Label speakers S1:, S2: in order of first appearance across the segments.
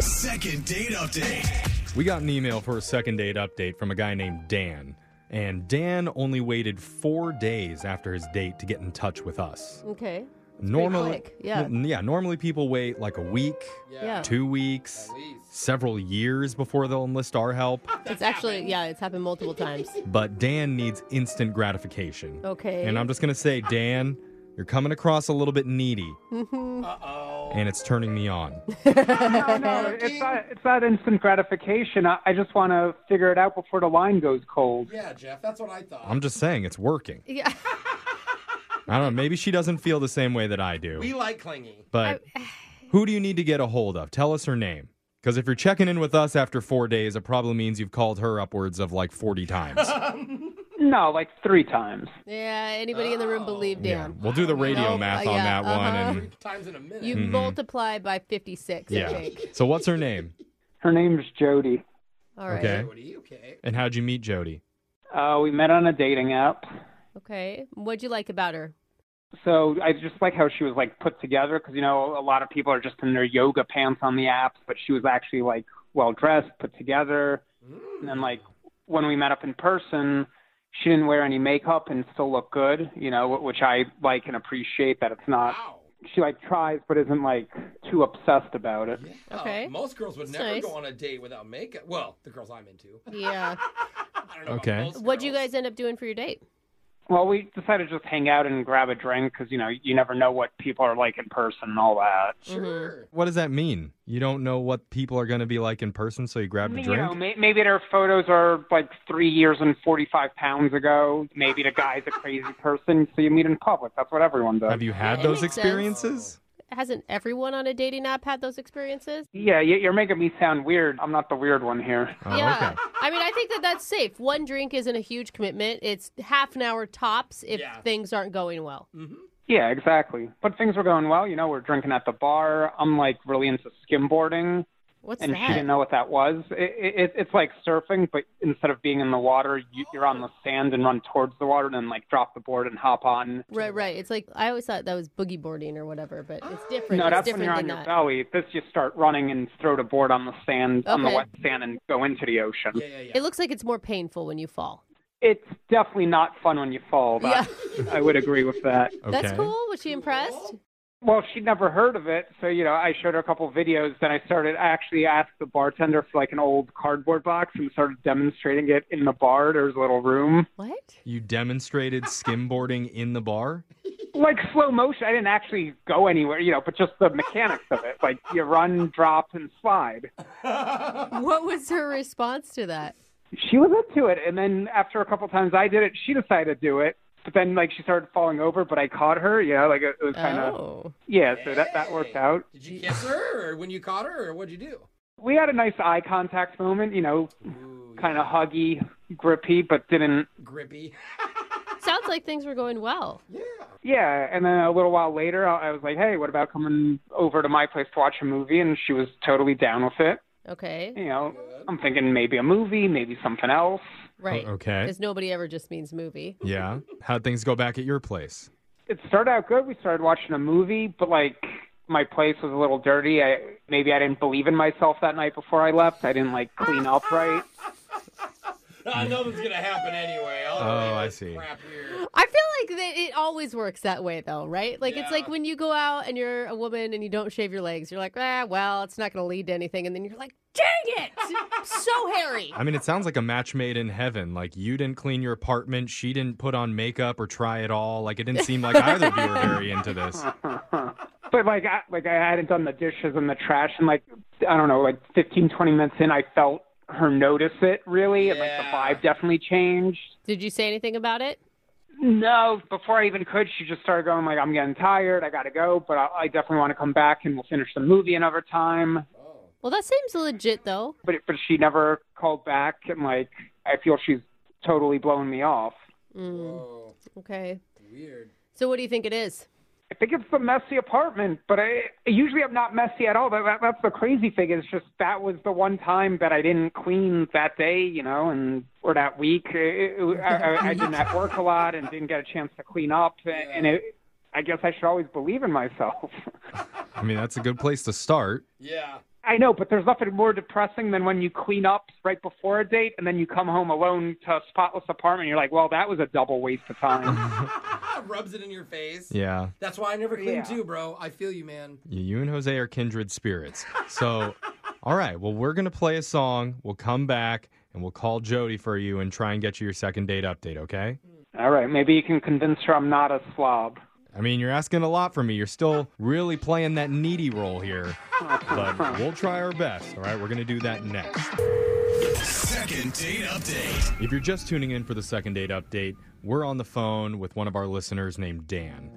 S1: Second date update.
S2: We got an email for a second date update from a guy named Dan. And Dan only waited four days after his date to get in touch with us.
S3: Okay. quick, yeah.
S2: yeah. yeah, normally people wait like a week,
S3: Yeah.
S2: two weeks, several years before they'll enlist our help.
S3: it's actually, yeah, it's happened multiple times.
S2: But Dan needs instant gratification.
S3: Okay.
S2: And I'm just going to say, Dan, you're coming across a little bit needy.
S3: Mm-hmm.
S2: And it's turning me on.
S4: no, Oh, no, it's not, it's not instant gratification. I, I just want to figure it out before the line goes cold.
S5: Yeah, Jeff, that's what I thought.
S2: I'm just saying, it's working.
S3: yeah.
S2: I don't know. Maybe she doesn't feel the same way that I do.
S5: We like clingy.
S2: But who do you need to get a hold of? Tell us her name. Because if you're checking in with us after four days, it probably means you've called her upwards of like 40 times.
S4: No, like three times.
S3: Yeah. Anybody in the room believe
S2: yeah.
S3: Dan?
S2: We'll do the radio
S3: Nope,
S2: math
S3: uh,
S2: on
S3: yeah,
S2: that one.
S3: uh-huh.
S2: And
S5: Three times in a minute.
S3: You multiply by 56, I
S2: Mm-hmm. yeah.
S3: think.
S2: So what's her name?
S4: Her name's Jody.
S3: All right.
S2: Okay.
S5: What are you, okay?
S2: And how'd you meet Jody?
S4: Uh, we met on a dating app.
S3: Okay. What'd you like about her?
S4: So I just like how she was like put together because you know a lot of people are just in their yoga pants on the apps, but she was actually like well dressed, put together. And then like when we met up in person, she didn't wear any makeup and still looked good, you know, wh- which I like and appreciate that it's not.
S5: Wow.
S4: She like tries but isn't like too obsessed about it.
S5: Yeah,
S3: Okay.
S5: most girls would
S3: That's
S5: never
S3: nice.
S5: go on a date without makeup. Well, the girls I'm into.
S3: Yeah.
S5: I don't know
S2: Okay.
S5: About most
S3: What'd you
S5: girls.
S3: guys end up doing for your date?
S4: Well, we decided to just hang out and grab a drink because you know you never know what people are like in person and all that.
S3: Mm-hmm.
S5: Sure.
S2: What does that mean? You don't know what people are going to be like in person, so you grabbed a
S4: You know,
S2: drink?
S4: may- maybe their photos are like three years and 45 pounds ago. Maybe the guy's a crazy person, so you meet in public. That's what everyone does.
S2: Have you had
S3: It
S2: those
S3: makes sense.
S2: experiences?
S3: Hasn't everyone on a dating app had those experiences?
S4: yeah, you- you're making me sound weird. I'm not the weird one here.
S2: Oh,
S3: yeah.
S2: okay.
S3: I mean, I think that that's safe. One drink isn't a huge commitment. It's half an hour tops if
S5: Yeah.
S3: things aren't going well.
S4: Yeah, exactly. But things were going well. You know, we're drinking at the bar. I'm like really into skimboarding,
S3: What's
S4: and she
S3: that?
S4: didn't know what that was. It, it, it's like surfing, but instead of being in the water, you, you're on the sand and run towards the water, and then like drop the board and hop on.
S3: Right, right. It's like I always thought that was boogie boarding or whatever, but it's different.
S4: No,
S3: it's
S4: that's when
S3: different
S4: you're on
S3: than
S4: your
S3: that.
S4: belly. This you start running and throw the board on the sand, on the
S3: Okay.
S4: wet sand, and go into the ocean.
S5: Yeah, yeah, yeah.
S3: It looks like it's more painful when you fall.
S4: It's definitely not fun when you fall. That, I would agree with that.
S2: Okay.
S3: That's cool. Was she impressed?
S4: Well, she'd never heard of it, so you know, I showed her a couple videos. Then I started. I actually asked the bartender for like an old cardboard box and started demonstrating it in the bar. There's a little room,
S3: What?
S2: You demonstrated skimboarding in the bar?
S4: like slow motion. I didn't actually go anywhere, you know, but just the mechanics of it. Like you run, drop, and slide.
S3: What was her response to that?
S4: she was up to it and then after a couple times i did it she decided to do it but then like she started falling over but i caught her you know like it, it was kind of
S3: Oh.
S4: yeah so that that worked out
S5: Did you kiss her, or when you caught her, or what'd you do?
S4: we had a nice eye contact moment you know
S5: Ooh,
S4: kind of huggy grippy but didn't
S5: grippy.
S3: Sounds like things were going well.
S4: yeah and then a little while later i I was like hey what about coming over to my place to watch a movie and she was totally down with it
S3: Okay.
S2: Oh,
S4: you know i'm thinking maybe a movie maybe something else
S3: Right.
S2: Okay.
S3: Because nobody ever just means movie.
S2: Yeah. How'd things go back at your place?
S4: it started out good. We started watching a movie, but like my place was a little dirty. I maybe I didn't believe in myself that night before I left. I didn't like clean up right.
S5: I know this is gonna happen anyway. I'll
S2: Oh,
S5: leave
S2: I
S5: this
S2: see.
S5: Crap here.
S3: I feel like that it always works that way, though, right? Like it's like when you go out and you're a woman and you don't shave your legs, you're like, ah, well, it's not going to lead to anything, and then you're like, dang it, so hairy.
S2: I mean, it sounds like a match made in heaven. Like you didn't clean your apartment, she didn't put on makeup or try at all. Like it didn't seem like either of you were very into this.
S4: But like I, like I hadn't done the dishes and the trash, and like I don't know, like fifteen twenty minutes in, I felt her notice it really, and like the
S5: Yeah.
S4: vibe definitely changed.
S3: Did you say anything about it?
S4: No, before I even could, she just started going like, "I'm getting tired. I gotta go, but I, I definitely want to come back, and we'll finish the movie another time."
S3: Well, that seems legit, though.
S4: but but she never called back, and like I feel she's totally blowing me off.
S5: Oh,
S3: Okay.
S5: weird.
S3: So, what do you think it is?
S4: I think it's the messy apartment, but I usually I'm not messy at all. But that, that's the crazy thing is just that was the one time that I didn't clean that day, you know, and or that week. It- it- I, I, I didn't at work a lot and didn't get a chance to clean up, and it, I guess I should always believe in myself.
S2: I mean, that's a good place to start.
S5: Yeah.
S4: I know, but there's nothing more depressing than when you clean up right before a date and then you come home alone to a spotless apartment. And you're like, well, that was a double waste of time.
S5: Ah,
S6: Rubs it in your face.
S2: Yeah.
S6: That's why I never clean
S4: Yeah.
S6: too, bro. I feel you, man.
S2: You and Jose are kindred spirits. So, all right. Well, we're going to play a song. We'll come back and we'll call Jody for you and try and get you your second date update, okay?
S4: All right, maybe you can convince her I'm not a slob.
S2: I mean, you're asking a lot from me. You're still really playing that needy role here. But we'll try our best, all right? We're going to do that next.
S1: Second date update.
S2: If you're just tuning in for the second date update, we're on the phone with one of our listeners named Dan.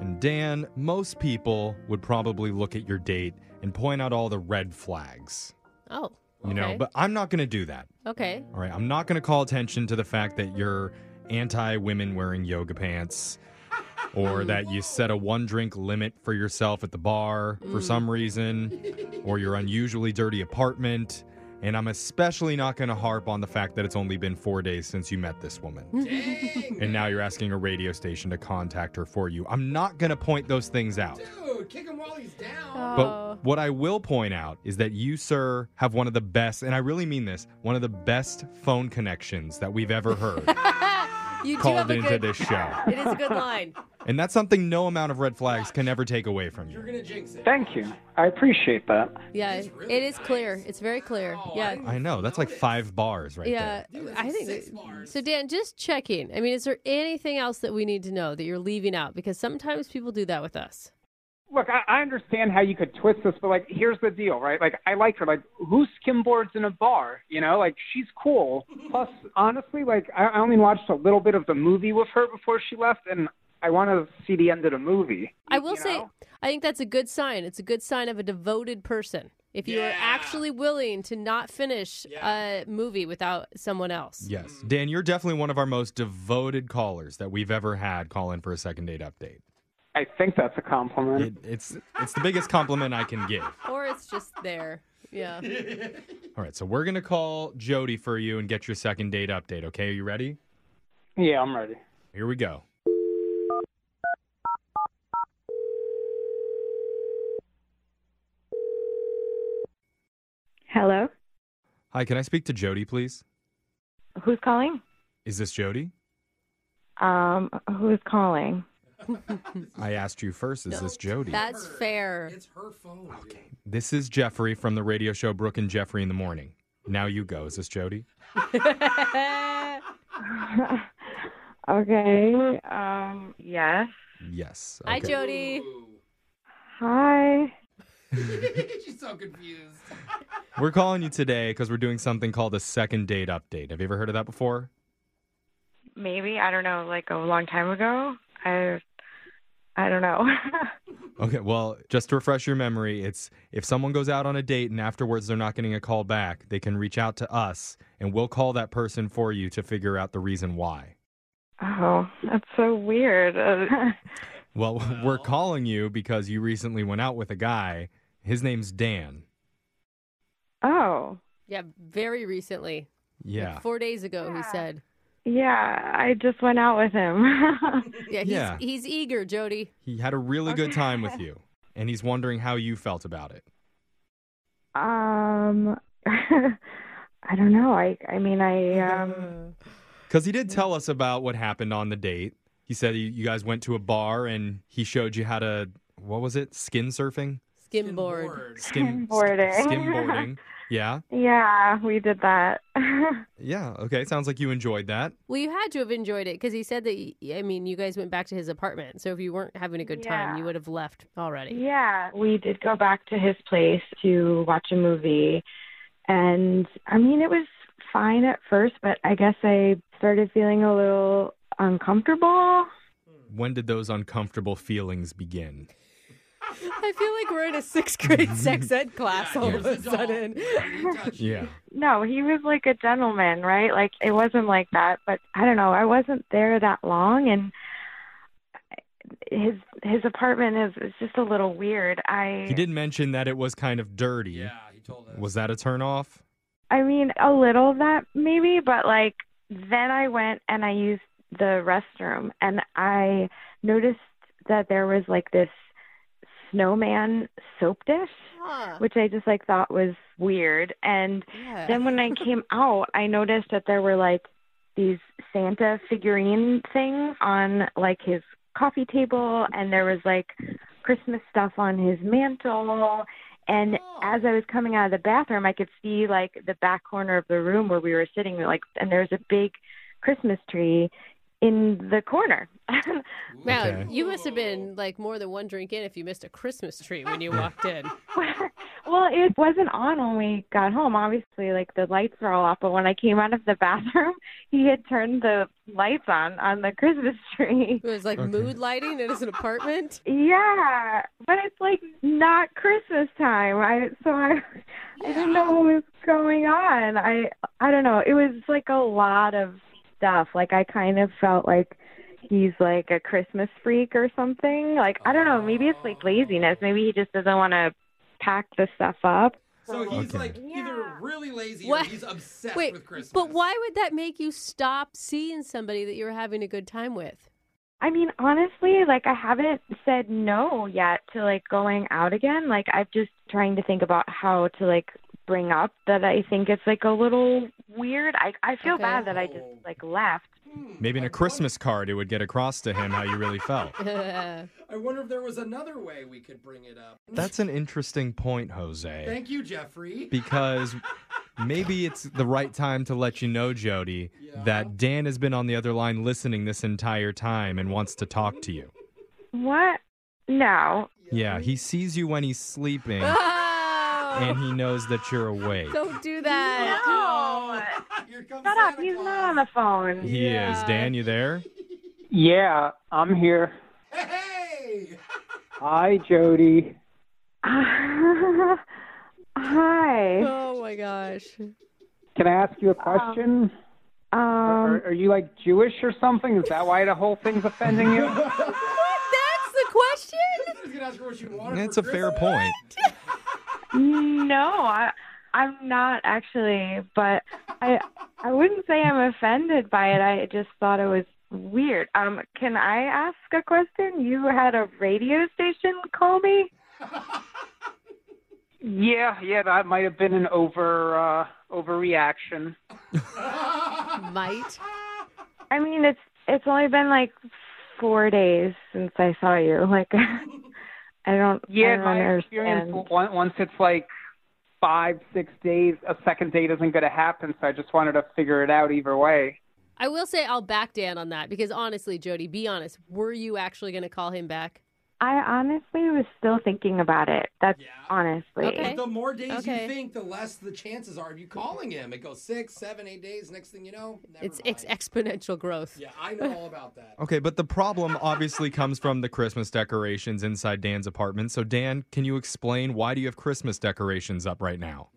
S2: And Dan, most people would probably look at your date and point out all the red flags,
S3: Oh.
S2: you know,
S3: okay.
S2: but I'm not going to do that.
S3: Okay.
S2: All right, I'm not going to call attention to the fact that you're anti women wearing yoga pants or that you set a one drink limit for yourself at the bar for some reason or your unusually dirty apartment. And I'm especially not going to harp on the fact that it's only been four days since you met this
S6: Mm.
S2: woman.
S6: Dang,
S2: and now you're asking a radio station to contact her for you. I'm not going to point those things out.
S6: dude, kick him while he's down.
S3: Oh.
S2: But what I will point out is that you, sir, have one of the best, and I really mean this, one of the best phone connections that we've ever heard
S3: you do have
S2: called
S3: a
S2: into
S3: good.
S2: this show.
S3: It is a good line.
S2: And that's something no amount of red flags can ever take away from
S6: You're
S2: you.
S6: gonna jinx it.
S4: Thank you. I appreciate that.
S3: Yeah,
S6: It's really
S3: it is clear.
S6: nice.
S3: It's very clear.
S6: Oh,
S3: yeah.
S6: I-
S2: I know, that's like five bars right
S3: yeah,
S6: Dude, that's
S3: I
S6: like
S3: think
S6: six bars.
S3: so. Dan, just checking. I mean, is there anything else that we need to know that you're leaving out? Because sometimes people do that with us.
S4: Look, I, I understand how you could twist this, but like, here's the deal, right? Like, I like her. Like, who skimboards in a bar? You know, like she's cool. Plus, honestly, like I, I only watched a little bit of the movie with her before she left, and I want to see the end of the movie.
S3: I will say,
S4: know?
S3: I think that's a good sign. It's a good sign of a devoted person. If you are
S6: Yeah.
S3: actually willing to not finish
S6: Yeah.
S3: a movie without someone else.
S2: there. Yes. Dan, you're definitely one of our most devoted callers that we've ever had call in for a second date update.
S4: I think that's a compliment.
S2: It, it's, it's the biggest compliment I can give.
S3: Or it's just there. Yeah.
S2: All right, so we're going to call Jody for you and get your second date update, okay? Are you ready?
S4: yeah, I'm ready.
S2: Here we go.
S7: Hello.
S2: Hi, can I speak to Jody, please?
S7: Who's calling?
S2: Is this Jody?
S7: Um, who's calling?
S2: I asked you first, is this Jody?
S3: That's fair.
S6: It's her phone. dude.
S2: This is Jeffrey from the radio show Brooke and Jeffrey in the Morning. Now you go. Is this Jody?
S7: okay. Um, yes.
S2: Yes.
S3: Hi,
S2: Okay.
S3: Jody.
S6: Ooh.
S7: Hi.
S6: She's so confused.
S2: We're calling you today because we're doing something called a second date update. Have you ever heard of that before?
S7: Maybe I don't know. Like a long time ago. I, I don't know.
S2: Okay, well, just to refresh your memory, it's if someone goes out on a date and afterwards they're not getting a call back, they can reach out to us and we'll call that person for you to figure out the reason why.
S7: oh, that's so weird. Uh,
S2: Well, we're calling you because you recently went out with a guy. His name's Dan.
S7: oh,
S3: Yeah, very recently. Like,
S2: Yeah.
S3: four days ago, he
S7: Yeah.
S3: said.
S7: yeah. I just went out with him.
S3: Yeah, he's,
S2: Yeah.
S3: he's eager, Jody.
S2: He had a really good
S7: Okay.
S2: time with you and he's wondering how you felt about it.
S7: um, I don't know. I, I mean, I, um,
S2: Because he did tell us about what happened on the date. He said you you guys went to a bar and he showed you how to, what was it? Skin surfing?
S3: Skimboard.
S2: Skim,
S7: Skimboarding.
S2: Skimboarding. Yeah.
S7: Mm. yeah, we did that.
S2: Yeah. Okay. Sounds like you enjoyed that.
S3: Well, you had to have enjoyed it because he said that, y- I mean, you guys went back to his apartment. So if you weren't having a good time,
S7: Yeah.
S3: you would have left already.
S7: Yeah, we did go back to his place to watch a movie. And I mean, it was fine at first, but I guess I started feeling a little uncomfortable.
S2: When did those uncomfortable feelings begin?
S3: I feel like we're in a sixth grade sex ed class all of a
S6: Here's the doll.
S3: sudden.
S6: Right, touch it.
S2: Yeah.
S7: No, he was like a gentleman, right? Like, it wasn't like that, but I don't know. I wasn't there that long and his his apartment is, is just a little weird. I
S2: He did mention that it was kind of dirty.
S6: Yeah, he told us.
S2: Was that a turnoff?
S7: I mean, a little of that maybe, but like then I went and I used the restroom and I noticed that there was like this snowman soap dish,
S3: Huh.
S7: which I just like thought was weird. And
S3: Yeah.
S7: then when I came out, I noticed that there were like these Santa figurine things on like his coffee table, and there was like Christmas stuff on his mantle. And as I was coming out of the bathroom, I could see like the back corner of the room where we were sitting, like, and there was a big Christmas tree in the corner.
S3: Wow,
S2: Okay.
S3: you must have been like more than one drink in if you missed a Christmas tree when you walked in.
S7: well, it wasn't on when we got home. Obviously, like the lights were all off, but when I came out of the bathroom, he had turned the lights on on the Christmas tree.
S3: It was like mood lighting in his apartment.
S7: Yeah, but it's like not Christmas time. I so I I didn't know what was going on. I I don't know. It was like a lot of stuff. Like I kind of felt like he's like a Christmas freak or something. Like I don't know, maybe it's like laziness. Maybe he just doesn't want to pack the stuff up.
S6: So he's
S2: Okay.
S6: like either really lazy
S3: What?
S6: or he's obsessed
S3: Wait,
S6: with Christmas.
S3: but why would that make you stop seeing somebody that you were having a good time with?
S7: I mean, honestly, like I haven't said no yet to like going out again. Like I'm just trying to think about how to like bring up that I think it's like a little weird. I I feel
S3: Okay.
S7: bad that I just like left.
S2: Maybe in a Christmas card, it would get across to him how you really felt.
S6: I wonder if there was another way we could bring it up.
S2: That's an interesting point, Jose,
S6: Thank you, Jeffrey.
S2: because maybe it's the right time to let you know, Jody, that Dan has been on the other line listening this entire time and wants to talk to you.
S7: What? No.
S2: Yeah, he sees you when he's sleeping
S3: oh,
S2: and he knows that you're awake.
S3: don't do that.
S7: No.
S6: Here comes
S7: Shut
S6: Santa
S7: up. He's
S6: Claus.
S7: not on the phone.
S2: He is. Dan, you there?
S4: Yeah, I'm here.
S6: Hey!
S4: Hi, Jody.
S7: Hi.
S3: Oh my gosh.
S4: Can I ask you a question?
S7: Um.
S4: are, are you like Jewish or something? Is that why the whole thing's offending you?
S3: That's the question?
S6: He's gonna ask her what she wanted.
S2: That's
S6: for
S2: a fair
S6: Christmas.
S2: point.
S7: No, I, I'm not actually, but I I wouldn't say I'm offended by it. I just thought it was weird. Um, can I ask a question? You had a radio station call me.
S4: yeah, yeah, that might have been an over uh, overreaction.
S3: Might.
S7: I mean, it's it's only been like four days since I saw you. Like, I don't. I
S4: Yeah,
S7: don't
S4: my experience.
S7: understand.
S4: on- Once it's like five, six days, a second date isn't going to happen. So I just wanted to figure it out either way.
S3: I will say I'll back Dan on that because honestly, Jody, be honest, were you actually going to call him back?
S7: I honestly was still thinking about it. That's
S6: Yeah.
S7: honestly.
S3: Okay.
S6: The more days
S3: Okay.
S6: you think, the less the chances are of you calling him. It goes six, seven, eight days. Next thing you know, never
S3: It's,
S6: mind.
S3: it's exponential growth.
S6: Yeah, I know all about that.
S2: Okay, but the problem obviously comes from the Christmas decorations inside Dan's apartment. So, Dan, can you explain why do you have Christmas decorations up right now?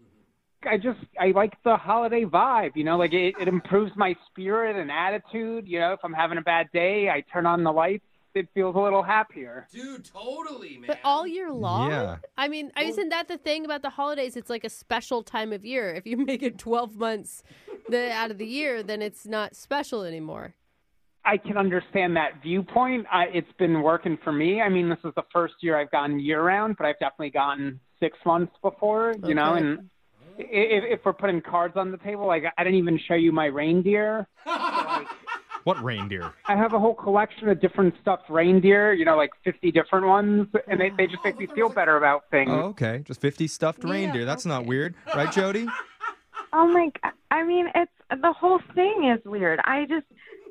S4: I just I like the holiday vibe, you know, like it, it improves my spirit and attitude. You know, if I'm having a bad day, I turn on the lights. It feels a little happier.
S6: Dude, totally, man.
S3: But all year long?
S2: Yeah.
S3: I mean, isn't that the thing about the holidays? It's like a special time of year. If you make it 12 months the, out of the year, then it's not special anymore.
S4: I can understand that viewpoint. I, it's been working for me. I mean, this is the first year I've gone year round, but I've definitely gotten six months before, you know.
S3: Okay.
S4: And i- if, if we're putting cards on the table, like I didn't even show you my reindeer.
S2: What reindeer?
S4: I have a whole collection of different stuffed reindeer, you know, like 50 different ones, and they, they just make me feel better about things.
S2: Oh, okay. Just 50 stuffed
S3: Yeah,
S2: reindeer. That's not
S3: okay.
S2: weird. Right, Jody?
S7: Oh my! g- I mean, it's the whole thing is weird. I just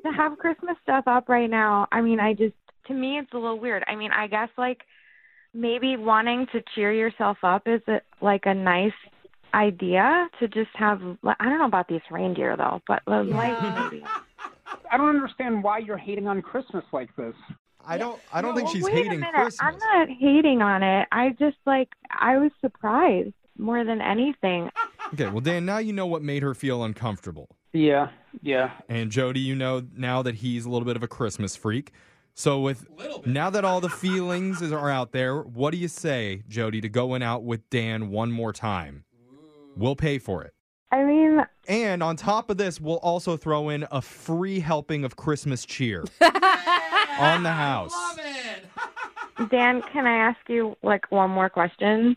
S7: to have Christmas stuff up right now. I mean, I just to me it's a little weird. I mean, I guess like maybe wanting to cheer yourself up is a, like a nice idea to just have. I don't know about these reindeer though, but the lights maybe.
S4: I don't understand why you're hating on Christmas like this.
S2: I don't I don't think
S7: Well,
S2: she's
S7: wait a
S2: hating
S7: minute.
S2: Christmas.
S7: I'm not hating on it. I just like I was surprised more than anything.
S2: Okay, well Dan, now you know what made her feel uncomfortable.
S4: Yeah, yeah.
S2: And Jody, you know now that he's a little bit of a Christmas freak. So with
S6: Little bit.
S2: now that all the feelings is- are out there, what do you say, Jody, to going out with Dan one more time? We'll pay for it.
S7: I mean,
S2: And on top of this, we'll also throw in a free helping of Christmas cheer on the house.
S6: Love it.
S7: Dan, can I ask you like one more question?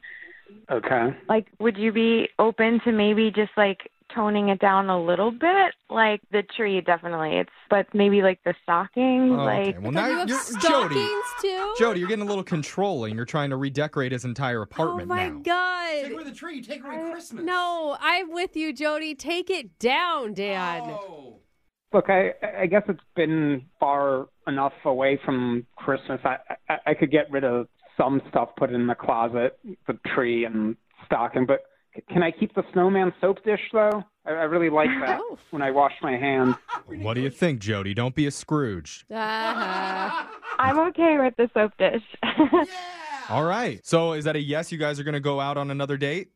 S4: Okay.
S7: Like, would you be open to maybe just like toning it down a little bit? Like the tree, definitely. It's but maybe like the stocking,
S2: Oh,
S7: like
S2: Well,
S3: You
S2: now
S3: have
S2: you're
S3: stockings
S2: Jody.
S3: too.
S2: Jody, you're getting a little controlling. You're trying to redecorate his entire
S3: oh
S2: apartment
S3: my
S2: now.
S6: Take
S3: god.
S6: away the tree. You Take away Christmas.
S3: No, I'm with you, Jody. Take it down, Dan.
S6: Oh.
S4: Look, I, I guess it's been far enough away from Christmas. I, I, I could get rid of some stuff, put it in the closet, the tree and stocking. But c- can I keep the snowman soap dish though? I, I really like that
S3: Oh.
S4: when I wash my hands.
S2: What do you think, Jody? Don't be a Scrooge.
S3: Uh-huh.
S7: I'm okay with the soap dish.
S2: All right. So is that a yes? You guys are going to go out on another date?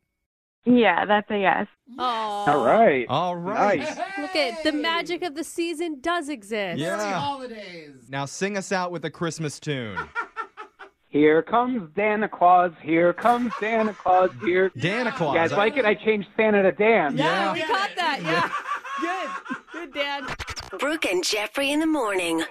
S7: yeah, that's a yes.
S3: Aw.
S4: All right.
S2: All right.
S4: Nice.
S3: Look at the magic of the season does exist.
S2: Yeah.
S6: Happy holidays.
S2: Now sing us out with a Christmas tune.
S4: Here comes Santa Claus. Here comes Santa Claus. Here.
S2: Dana
S4: You
S2: Claus.
S4: guys like it? I changed Santa to Dan.
S3: Yeah,
S2: Yeah.
S3: we caught that. Yeah. Good. Good, Dan.
S8: Brooke and Jeffrey in the morning.